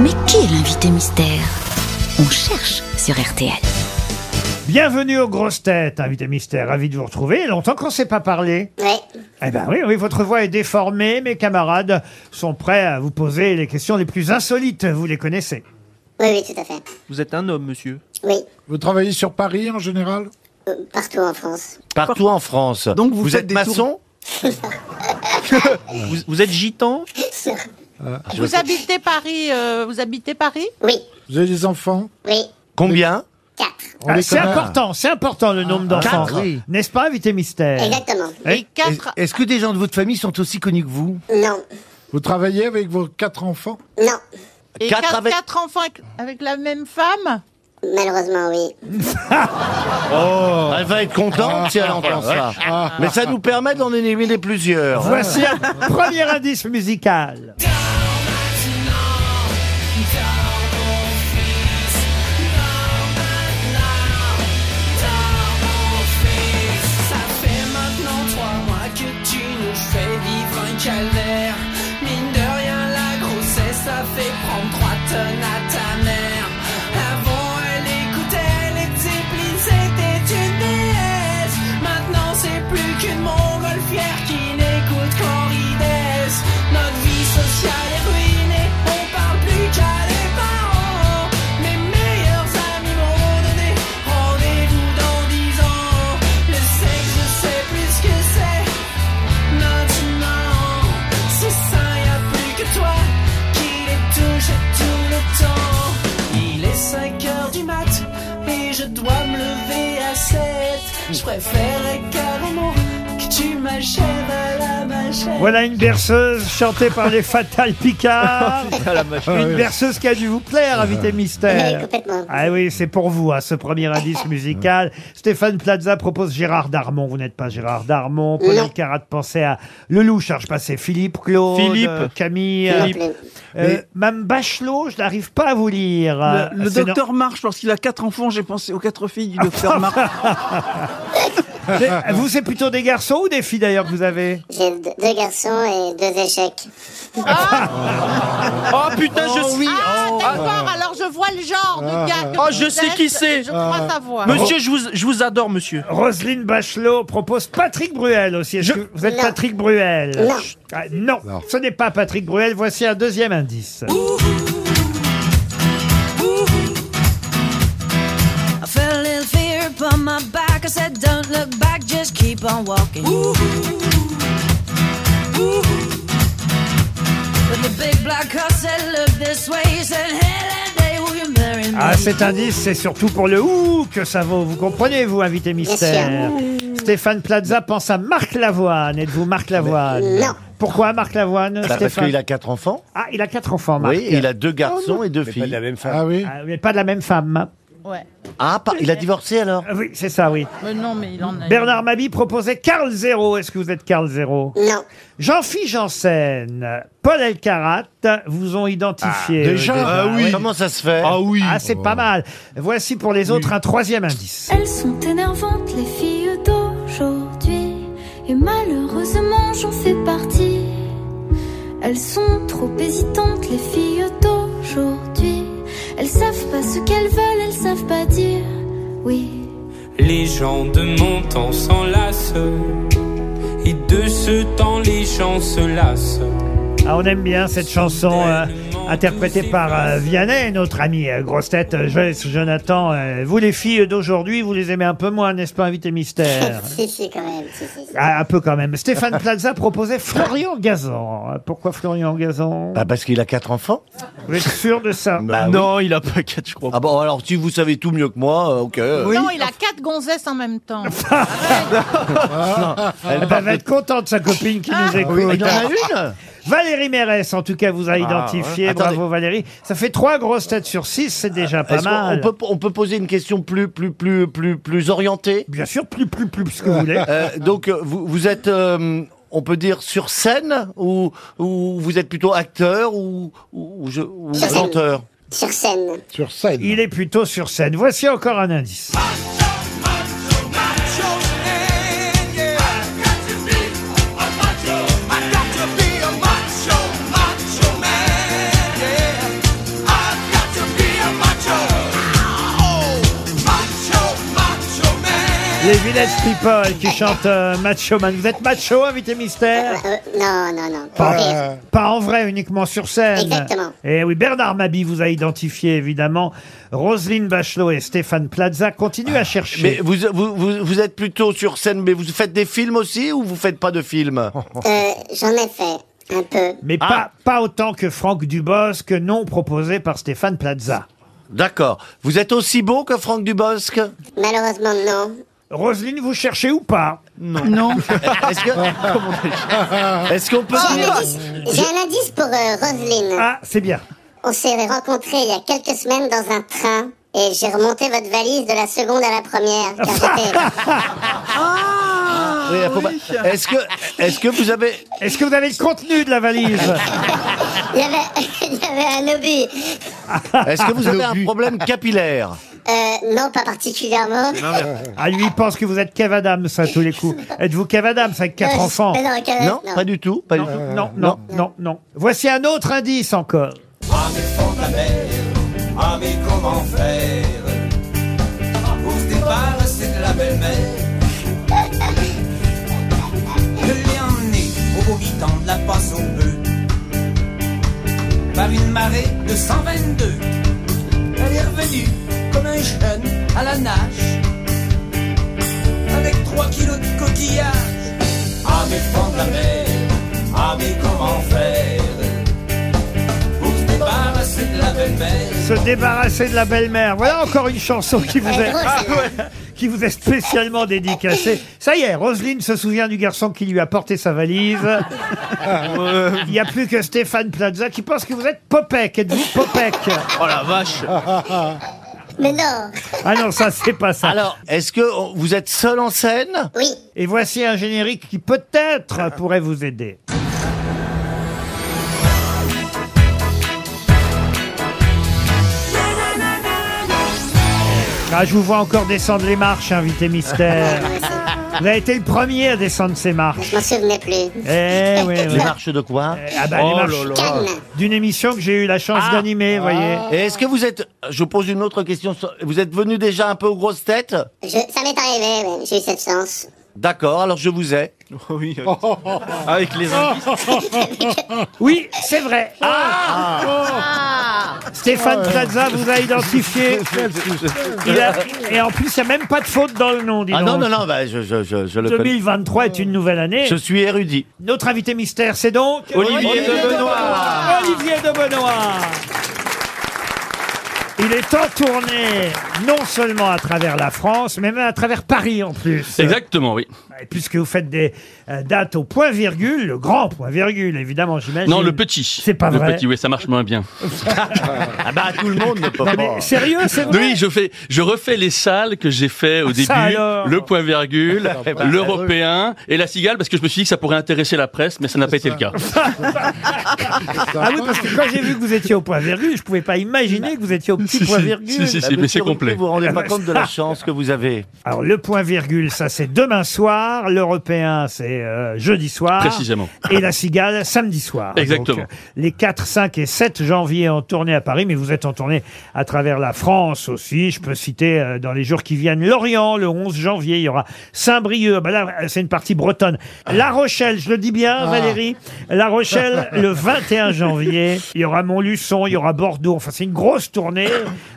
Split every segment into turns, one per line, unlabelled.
Mais qui est l'invité mystère On cherche sur RTL.
Bienvenue aux grosses têtes, invité mystère, ravi de vous retrouver. Longtemps qu'on ne s'est pas parlé.
Ouais.
Eh ben oui, oui, votre voix est déformée, mes camarades sont prêts à vous poser les questions les plus insolites, vous les connaissez.
Oui, oui, tout à fait.
Vous êtes un homme, monsieur.
Oui,
Vous travaillez sur Paris en général
Euh, partout en France.
Partout en France.
Donc vous faites
êtes
des
maçon
Vous, vous êtes gitan
Vous habitez Paris euh, Vous habitez Paris
Oui,
Vous avez des enfants
oui,
Combien
4.
On
Ah,
les
c'est
connaît
important, c'est important le nombre d'enfants.
Quatre, oui.
N'est-ce pas, invité mystère
Exactement.
Eh,
Et quatre.
Est-ce que des gens de votre famille sont aussi connus que vous
Non,
Vous travaillez avec vos quatre enfants
non.
Et
quatre
quatre,
avec-
quatre enfants avec, avec la même femme
Malheureusement, oui.
Ah,
Elle va être contente si elle entend ça.
Ah,
Mais ça nous permet d'en éliminer plusieurs.
Voici un premier indice musical.
Ça fait maintenant trois mois que tu nous fais vivre un calvaire. Mine de rien, la grossesse, ça fait prendre trois tonnes à ta mère. Avant, elle écoutait les petits plis, c'était une déesse. Maintenant, c'est plus qu'une montgolfière qui n'écoute qu'en ridesse. Notre vie sociale est ruinée, on parle plus qu'à les parents. Mes meilleurs amis m'ont donné rendez-vous dans dix ans. Le sexe, je sais plus ce que c'est maintenant. C'est ça, y a plus que toi qui les touche tout le temps. Il est 5 heures du mat et je dois me lever à 7. Je préférerais carrément que tu m'achèves à la machette.
Voilà une berceuse chantée par les Fatal Picard.
Ah
Ah,
Une berceuse qui a dû vous plaire, invité
Oui,
mystère.
complètement.
Ah oui, c'est pour vous, hein, ce premier indice musical. Stéphane Plaza propose Gérard Darmon. Vous n'êtes pas Gérard Darmon. Paul
Non.
Elkarat pensait à Lelouch. Alors, je passais Philippe Claude,
Philippe.
euh, Camille.
Non
euh,
plus.
euh, Mme Bachelot, je n'arrive pas à vous lire.
Le,
Euh,
le
c'est
docteur Marche, lorsqu'il a quatre enfants, j'ai pensé aux quatre filles du docteur Marche.
no- Mais, Vous, c'est plutôt des garçons ou des filles d'ailleurs que vous avez
J'ai d- deux garçons et deux échecs.
Oh putain, je suis.
Ah,
Oh.
d'accord, alors je vois le
Ah.
genre de gars. que
Oh,
vous
je sais
êtes,
qui c'est.
Je crois savoir.
Monsieur, je vous, je vous adore, monsieur.
Bah,
Roselyne Bachelot propose Patrick Bruel aussi. Est-ce que vous êtes
Non.
Patrick Bruel
Non.
Ah, non, ce n'est pas Patrick Bruel. Voici un deuxième indice.
I felt a little fear upon my back. I said, Don't look back, just keep on walking. But the big black car said, Look this way. He said, Hey, that day, will you marry me?
Ah, cet indice, c'est surtout pour le ou que ça vaut. Vous comprenez, vous, invité mystère Stéphane Plaza pense à Marc Lavoine. Êtes-vous Marc Lavoine
Non.
Pourquoi Marc Lavoine,
Bah, parce
Stéphane
qu'il a quatre enfants.
Ah, il a quatre enfants, Marc.
Oui, il a deux garçons et deux filles.
Ah oui
Ah, mais pas de la même femme.
Ouais.
Ah, pas- il a divorcé alors
Ah Oui, c'est ça, oui.
Euh, non, mais il en a.
Bernard Mabi proposait Carl Zéro. Est-ce que vous êtes Carl Zéro
Non,
Jean-Philippe Janssen, Paul Elkarat vous ont
Ah,
identifié.
euh,
eux,
déjà
Comment ça se fait
oui
Ah, c'est pas mal. Voici pour les autres un troisième indice.
Elles sont énervantes, les filles d'aujourd'hui. Et malheureusement, j'en fais partie. Elles sont trop hésitantes, les filles d'aujourd'hui. Elles savent pas ce qu'elles veulent, elles savent pas dire oui.
Les gens de mon temps s'enlacent. Et de ce temps, les gens se lassent.
Ah, on aime bien cette chanson euh, interprétée par euh, Vianney, notre ami euh, grosse tête euh, Joyce Jonathan. Euh, vous les filles d'aujourd'hui, vous les aimez un peu moins, n'est-ce pas, invité mystère
si, si, quand même. Si, si, si.
Ah, Un peu quand même. Stéphane Plaza proposait Florian Gazan. Euh, Pourquoi Florian Gazan
Bah, parce qu'il a quatre enfants.
Vous êtes sûr de ça
Bah, oui.
non, il a pas quatre, je crois.
Ah bon, alors si vous savez tout mieux que moi, euh, ok.
Non, il a quatre gonzesses en même temps.
Elle va être contente, sa copine qui nous écoute.
Il y en a une
Valérie Mérès, en tout cas, vous a identifié.
Ah, ouais. Euh,
Bravo Valérie. Ça fait trois grosses têtes sur six, c'est déjà pas
Est-ce qu'on-
mal.
On peut, on peut poser une question plus, plus, plus, plus, plus orientée
Bien sûr, plus, plus, plus, ce que vous voulez.
Euh, donc euh, vous, vous êtes, euh, on peut dire sur scène ou, ou vous êtes plutôt acteur ou, ou, ou je- ou
Sur scène.
chanteur
Sur scène.
Sur scène.
Il est plutôt sur scène. Voici encore un indice.
I got to be a macho, macho man, yeah. I
Village People qui chante euh, Macho Man. Vous êtes macho, invité mystère
Euh, non, non, non. Pour rire.
pas, pas en vrai, uniquement sur scène.
Exactement.
Et oui, Bernard Mabi vous a identifié, évidemment. Roselyne Bachelot et Stéphane Plaza continuent à chercher.
Ah, Mais vous, vous, vous, vous êtes plutôt sur scène, mais vous faites des films aussi ou vous faites pas de films
Euh, J'en ai fait un peu.
Mais
Ah.
pas, pas autant que Franck Dubosc, non proposé par Stéphane Plaza.
D'accord. Vous êtes aussi beau que Franck Dubosc
Malheureusement, non.
Roselyne, vous cherchez ou pas
Non.
Est-ce que- comment on- est-ce qu'on peut
J'ai
dire
un indice, j'ai un indice pour euh, Roselyne.
Ah, c'est bien.
On s'est rencontrés il y a quelques semaines dans un train et j'ai remonté votre valise de la seconde à la première car j'étais
Oui, faut pas- Est-ce que, est-ce que vous avez
Est-ce que vous avez le contenu de la valise
il y avait il y avait un obus.
Est-ce que vous avez un problème capillaire
Euh, non, pas particulièrement.
Ah, lui, il pense que vous êtes Kev Adams à tous les coups. Êtes-vous Kev Adams avec quatre
Euh,
enfants
mais non, Euh, quand même,
Non,
non.
pas du tout. Pas du
non,
tout.
non, non, non, non. Voici un autre indice encore.
Ah mais font ta mère, ah mais comment faire Pour se débarrasser de la belle-mère Je l'ai emmené au beau guidon de la passe au bœuf Par une marée de 122 Elle est revenue comme un jeune à la nage Avec 3 kilos de coquillages Ah mais font la mer, ah mais comment faire pour se débarrasser de la belle-mère.
Se débarrasser de la belle-mère. Voilà encore une chanson qui vous
Elle
est,
est Euh, drôle,
Ah,
celle-là.
ouais. qui vous est spécialement dédicacée. Ça y est, Roselyne se souvient du garçon qui lui a porté sa valise. Euh, Il n'y a plus que Stéphane Plaza qui pense que vous êtes Popek. Êtes-vous Popek
Oh la vache
Mais non.
Ah non, ça, c'est pas ça.
Alors, est-ce que on- vous êtes seul en scène
Oui.
Et voici un générique qui peut-être pourrait vous aider. Ah, je vous vois encore descendre les marches, invité mystère.
Moi aussi.
Vous avez été le premier à descendre ces marches.
Je m'en souvenais plus.
Eh oui, oui.
Les marches de quoi
Ah bah, les marches
Cannes.
d'une émission que j'ai eu la chance
Oh Ah.
d'animer, vous voyez.
Et est-ce que vous êtes Je pose une autre question. Vous êtes venu déjà un peu aux grosses têtes
Je, ça m'est arrivé, ouais, j'ai eu cette chance.
D'accord. Alors je vous ai.
Oui, euh, Avec les indices.
Oui, c'est vrai. Ah.
Ah.
Oh. Stéphane
Oh.
Plaza vous a identifié. Il a- Et en plus, il n'y a même pas de faute dans le nom, dis
Ah non
donc.
non non. Bah, je, je, je, je le connais.
2023 est une nouvelle année.
Je suis érudit.
Notre invité mystère, c'est donc
Olivier de Benoît.
Olivier de Benoît. Il est en tournée, non seulement à travers la France, mais même à travers Paris en plus.
Exactement, oui.
Et Puisque vous faites des euh, dates au point virgule, le grand point virgule, évidemment, j'imagine.
Non, le petit.
C'est pas
le
vrai.
petit, oui, ça marche moins bien.
Ah bah tout le monde ne peut pas.
Mais sérieux, c'est vrai.
Oui, je fais, je refais les salles que j'ai fait au
Ah, ça
début,
alors. Eh ben,
le point virgule, l'européen et la cigale, parce que je me suis dit que ça pourrait intéresser la presse, mais ça n'a pas été le cas.
Ah oui, parce que quand j'ai vu que vous étiez au point virgule, je pouvais pas imaginer que vous étiez au petit
Si,
point
si,
virgule.
si, si, si, mais c'est
Bah, Monsieur Ruquier,
complet.
Vous vous rendez pas compte de la chance que vous avez.
Alors le point virgule, ça c'est demain soir. L'européen, c'est euh, jeudi soir.
Précisément.
Et la cigale, samedi soir.
Exactement.
Donc, euh, les 4, 5 et 7 janvier en tournée à Paris, mais vous êtes en tournée à travers la France aussi. Je peux citer euh, dans les jours qui viennent Lorient, le 11 janvier, il y aura Saint-Brieuc. Ah ben là, euh, c'est une partie bretonne. La Rochelle, je le dis bien, Valérie. La Rochelle, le 21 janvier. Il y aura Montluçon, il y aura Bordeaux. Enfin, c'est une grosse tournée,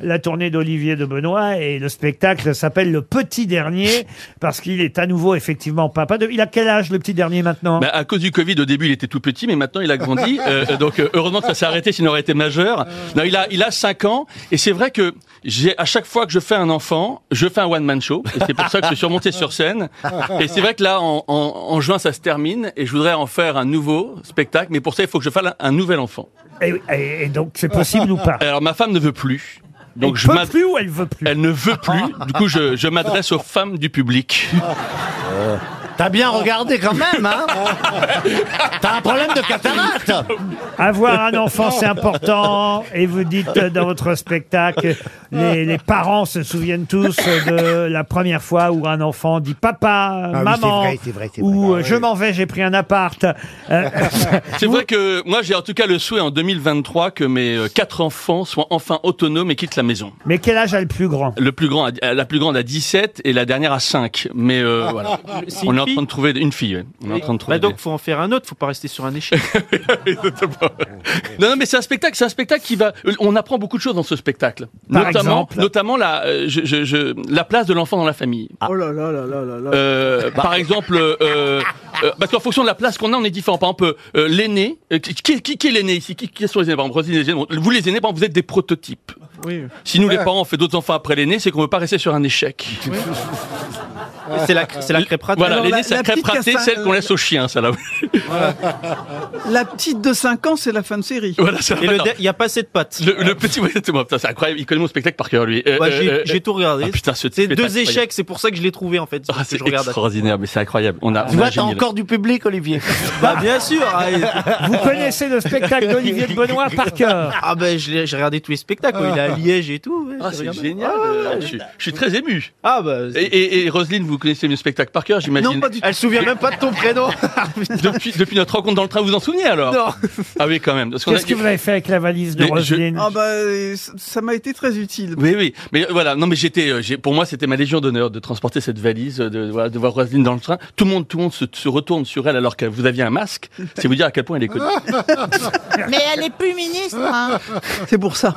la tournée d'Olivier de Benoît. Et le spectacle s'appelle Le Petit Dernier, parce qu'il est à nouveau effectivement papa. De... Il a quel âge, le petit dernier, maintenant
Bah, à cause du Covid, au début, il était tout petit, mais maintenant, il a grandi. Euh, euh, donc, euh, heureusement que ça s'est arrêté, sinon il aurait été majeur. Non, il a, il a 5 ans. Et c'est vrai
euh,
que j'ai, à chaque fois que je fais un enfant, je fais un one-man show. Et c'est pour ça que je suis remonté sur scène. Et c'est vrai que là, en, en, en juin, ça se termine. Et je voudrais en faire un nouveau spectacle. Mais pour ça, il faut que je fasse un, un nouvel enfant.
Et, et- et donc, c'est possible ou pas
Alors, ma femme ne veut plus. Donc,
Elle
je
peut
m'ad-
plus ou elle veut plus
Elle ne veut plus. Du coup, je, je m'adresse aux femmes du public.
T'as bien regardé quand même, hein T'as un problème de cataracte
Avoir un enfant, c'est important. Et vous dites euh, dans votre spectacle, les, les parents se souviennent tous euh, de la première fois où un enfant dit papa,
Ah oui,
maman,
c'est vrai, c'est vrai, c'est vrai.
ou euh,
Ah oui.
je m'en vais, j'ai pris un appart. Euh,
C'est vrai que moi j'ai en tout cas le souhait en 2023 que mes euh, quatre enfants soient enfin autonomes et quittent la maison.
mais quel âge a le plus grand
Le plus grand, a- la plus grande à 17 et la dernière à 5. Mais euh, voilà,
C'est
on
une
est en
fille
train de trouver une fille. ouais. On est en train de trouver.
Bah donc,
des-
faut en faire un autre, faut pas rester sur un échec.
Non, non, mais c'est un spectacle, c'est un spectacle qui va. On apprend beaucoup de choses dans ce spectacle,
Par
notamment,
exemple
notamment la, euh, je- je- je- la place de l'enfant dans la famille.
Ah.
Oh là là là là là là.
Euh,
Bah.
par exemple, euh, euh, euh, parce qu'en fonction de la place qu'on a, on est différent. Par exemple, euh, l'aîné, euh, qui, qui, qui est l'aîné ici qui, qui sont les aînés Par exemple, Roselyne, les aînés, bon, vous les aînés, par exemple, vous êtes des prototypes.
Oui.
Si nous les parents on fait d'autres enfants après l'aîné, c'est qu'on veut pas rester sur un échec.
C'est la, c'est la crêpe ratée.
Voilà,
Alors,
l'aîné,
la-
c'est la
la
crêpe
petite
ratée,
cassa-
celle qu'on laisse au chien, ça là.
La petite de 5 ans, c'est la fin de série.
Voilà, ça- attends.
Il n'y a pas assez de pattes.
Le, le petit, ouais, exactement. Putain, c'est incroyable. Il connaît mon spectacle par cœur, lui. Euh,
Bah, j'ai-
euh,
j'ai tout regardé.
Ah, putain, ce
C'est
type est
deux
incroyable.
échecs, c'est pour ça que je l'ai trouvé en fait.
Ah, c'est
je regarde.
extraordinaire, mais c'est incroyable. On a,
Tu
on a
vois, t'as
génial.
encore du public, Olivier.
Bah bien sûr. ah,
Vous connaissez le spectacle d'Olivier de Benoît par cœur
Ah ben je l'ai- j'ai regardé tous les spectacles, il est à Liège et tout. ouais,
Ah,
j'ai
c'est
regardé.
génial.
Ah, ouais,
euh, je,
ouais, j'ai-
suis- je suis très ému.
Ah bah
Et, et, et Roselyne, vous connaissez le spectacle par cœur, j'imagine.
Non, pas du tout.
elle se souvient même pas de ton prénom.
depuis, depuis notre rencontre dans le train, vous vous en souvenez alors
non.
Ah oui, quand même. Parce qu'on a-
Qu'est-ce que vous avez fait avec la valise de
Mais je-
Roselyne
Ah bah, euh, ça- ça m'a été très utile.
Oui, oui. Mais voilà, non, mais j'étais, euh, j'ai- pour moi, c'était ma légion d'honneur de transporter cette valise, euh, de, voilà, de voir Roselyne dans le train. Tout le monde, tout le monde se, se retourne sur elle alors que vous aviez un masque. C'est vous dire à quel point elle est connue.
Mais elle est plus ministre. hein.
C'est pour ça.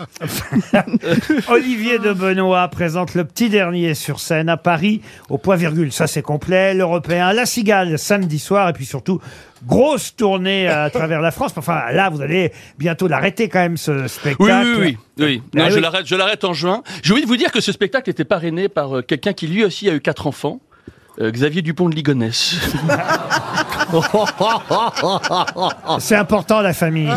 Olivier de Benoît présente le petit dernier sur scène à Paris, au point virgule, ça c'est complet, l'Européen, à la Cigale samedi soir, et puis surtout, grosse tournée euh, à travers la France. Enfin là, vous allez bientôt l'arrêter quand même ce
Oui,
spectacle.
oui, oui. oui.
Ah
Non, je
oui.
l'arrête, je l'arrête en juin. J'ai envie de vous dire que ce spectacle était parrainé par euh, quelqu'un qui lui aussi a eu quatre enfants. euh, Xavier Dupont de Ligonnès.
C'est important la famille.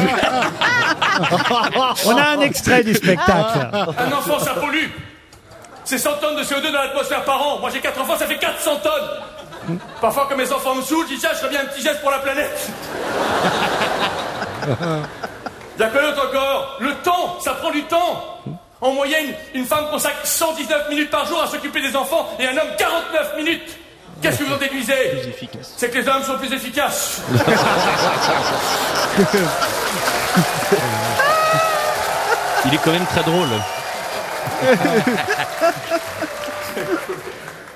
On a un extrait du spectacle.
Un enfant, Oh, ça pollue. C'est 100 tonnes de CO2 dans l'atmosphère par an. Moi, j'ai 4 enfants, ça fait 400 tonnes. Parfois, quand mes enfants me saoulent, je dis tiens, je ferais bien un petit geste pour la planète. Il y a quoi d'autre encore Le temps, ça prend du temps. En moyenne, une femme consacre 119 minutes par jour à s'occuper des enfants et un homme 49 minutes. Qu'est-ce que vous en déduisez C'est que les hommes sont plus efficaces.
Il est quand même très drôle.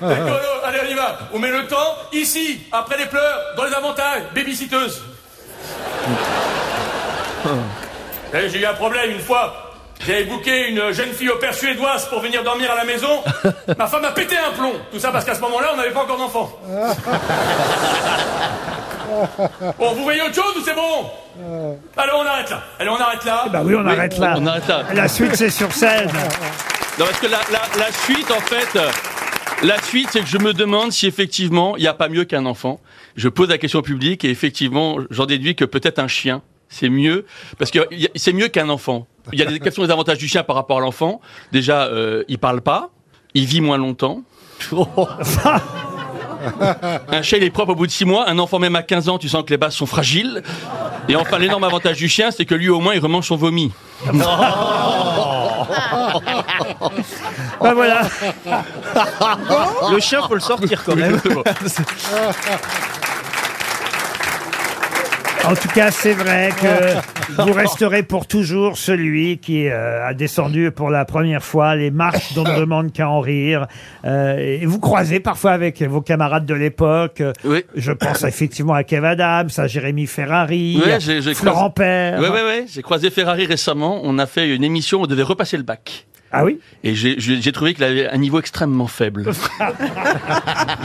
Écolo, allez, on y va. On met le temps ici, après les pleurs, dans les avantages, babysitteuse. Eh, J'ai eu un problème une fois. J'avais booké une jeune fille au père suédoise pour venir dormir à la maison. Ma femme a pété un plomb. Tout ça parce qu'à ce moment-là, on n'avait pas encore d'enfant. Bon, vous voyez autre chose ou c'est bon Allez, on arrête là. Allez, on arrête là.
Bah oui, on arrête là.
On arrête là.
La suite c'est sur scène.
Non, parce que la, la- la suite, en fait, euh, la suite, c'est que je me demande si effectivement, il n'y a pas mieux qu'un enfant. Je pose la question au public et effectivement, j'en déduis que peut-être un chien, c'est mieux, parce que y a- c'est mieux qu'un enfant. Il y a des, quels sont les avantages du chien par rapport à l'enfant Déjà, euh, il parle pas, il vit moins longtemps. un chien, il est propre au bout de six mois. Un enfant, même à 15 ans, tu sens que les bases sont fragiles. Et enfin, l'énorme avantage du chien, c'est que lui, au moins, il remange son vomi.
Bah voilà.
Oh Le chien faut le sortir quand même.
En tout cas, c'est vrai que vous resterez pour toujours celui qui euh, a descendu pour la première fois les marches dont ne demande qu'à en rire. Euh, et vous croisez parfois avec vos camarades de l'époque. Euh,
Oui.
Je pense effectivement à Kev Adams, à Jérémy Ferrari,
Ouais,
à
j'ai- j'ai
Florent
croisé-
Père.
Ouais, ouais, ouais. J'ai croisé Ferrari récemment. On a fait une émission où on devait repasser le bac.
Ah oui
Et j'ai- j'ai j'ai trouvé qu'il avait un niveau extrêmement faible.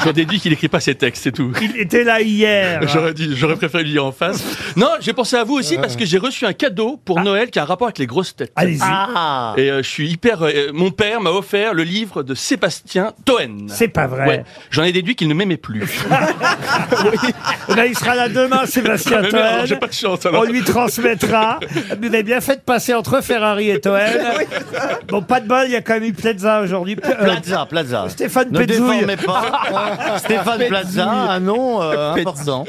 J'en déduis qu'il écrit pas ses textes, c'est tout.
Il était là hier.
J'aurais dit- j'aurais préféré lui dire en face. Non, j'ai pensé à vous aussi parce que j'ai reçu un cadeau pour Noël qui a un rapport avec les grosses têtes.
Allez-y.
Ah
Et euh, je suis hyper. euh, mon père m'a offert le livre de Sébastien Toen.
C'est pas vrai.
Ouais. J'en ai déduit qu'il ne m'aimait plus.
Eh ben, il sera là demain, Sébastien
Mais merde,
Toen.
J'ai pas de chance. alors.
On lui transmettra. Vous avez bien fait de passer entre Ferrari et Toen. Bon, pas pas de bol, il y a quand même eu Plaza aujourd'hui.
Ah,
Euh,
Plaza, Plaza.
Stéphane
ne
Pezzouille.
déformez pas. Stéphane Plaza, un nom euh, important.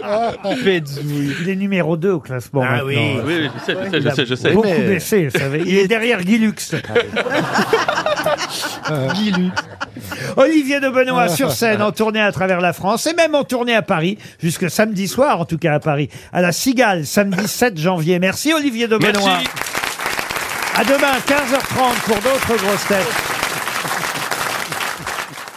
Il est numéro 2 au classement.
Ah oui.
maintenant.
Oui, oui, je sais, je sais,
Il a
je sais, je sais.
Beaucoup
Mais-
baissé, vous savez. Il est derrière Guy Lux.
Ah.
Guy Lux. Olivier de Benoît sur scène en tournée à travers la France et même en tournée à Paris, jusque samedi soir, en tout cas à Paris, à la Cigale, samedi 7 janvier. Merci Olivier de Benoît.
Merci.
À demain, 15h30 pour d'autres grosses têtes.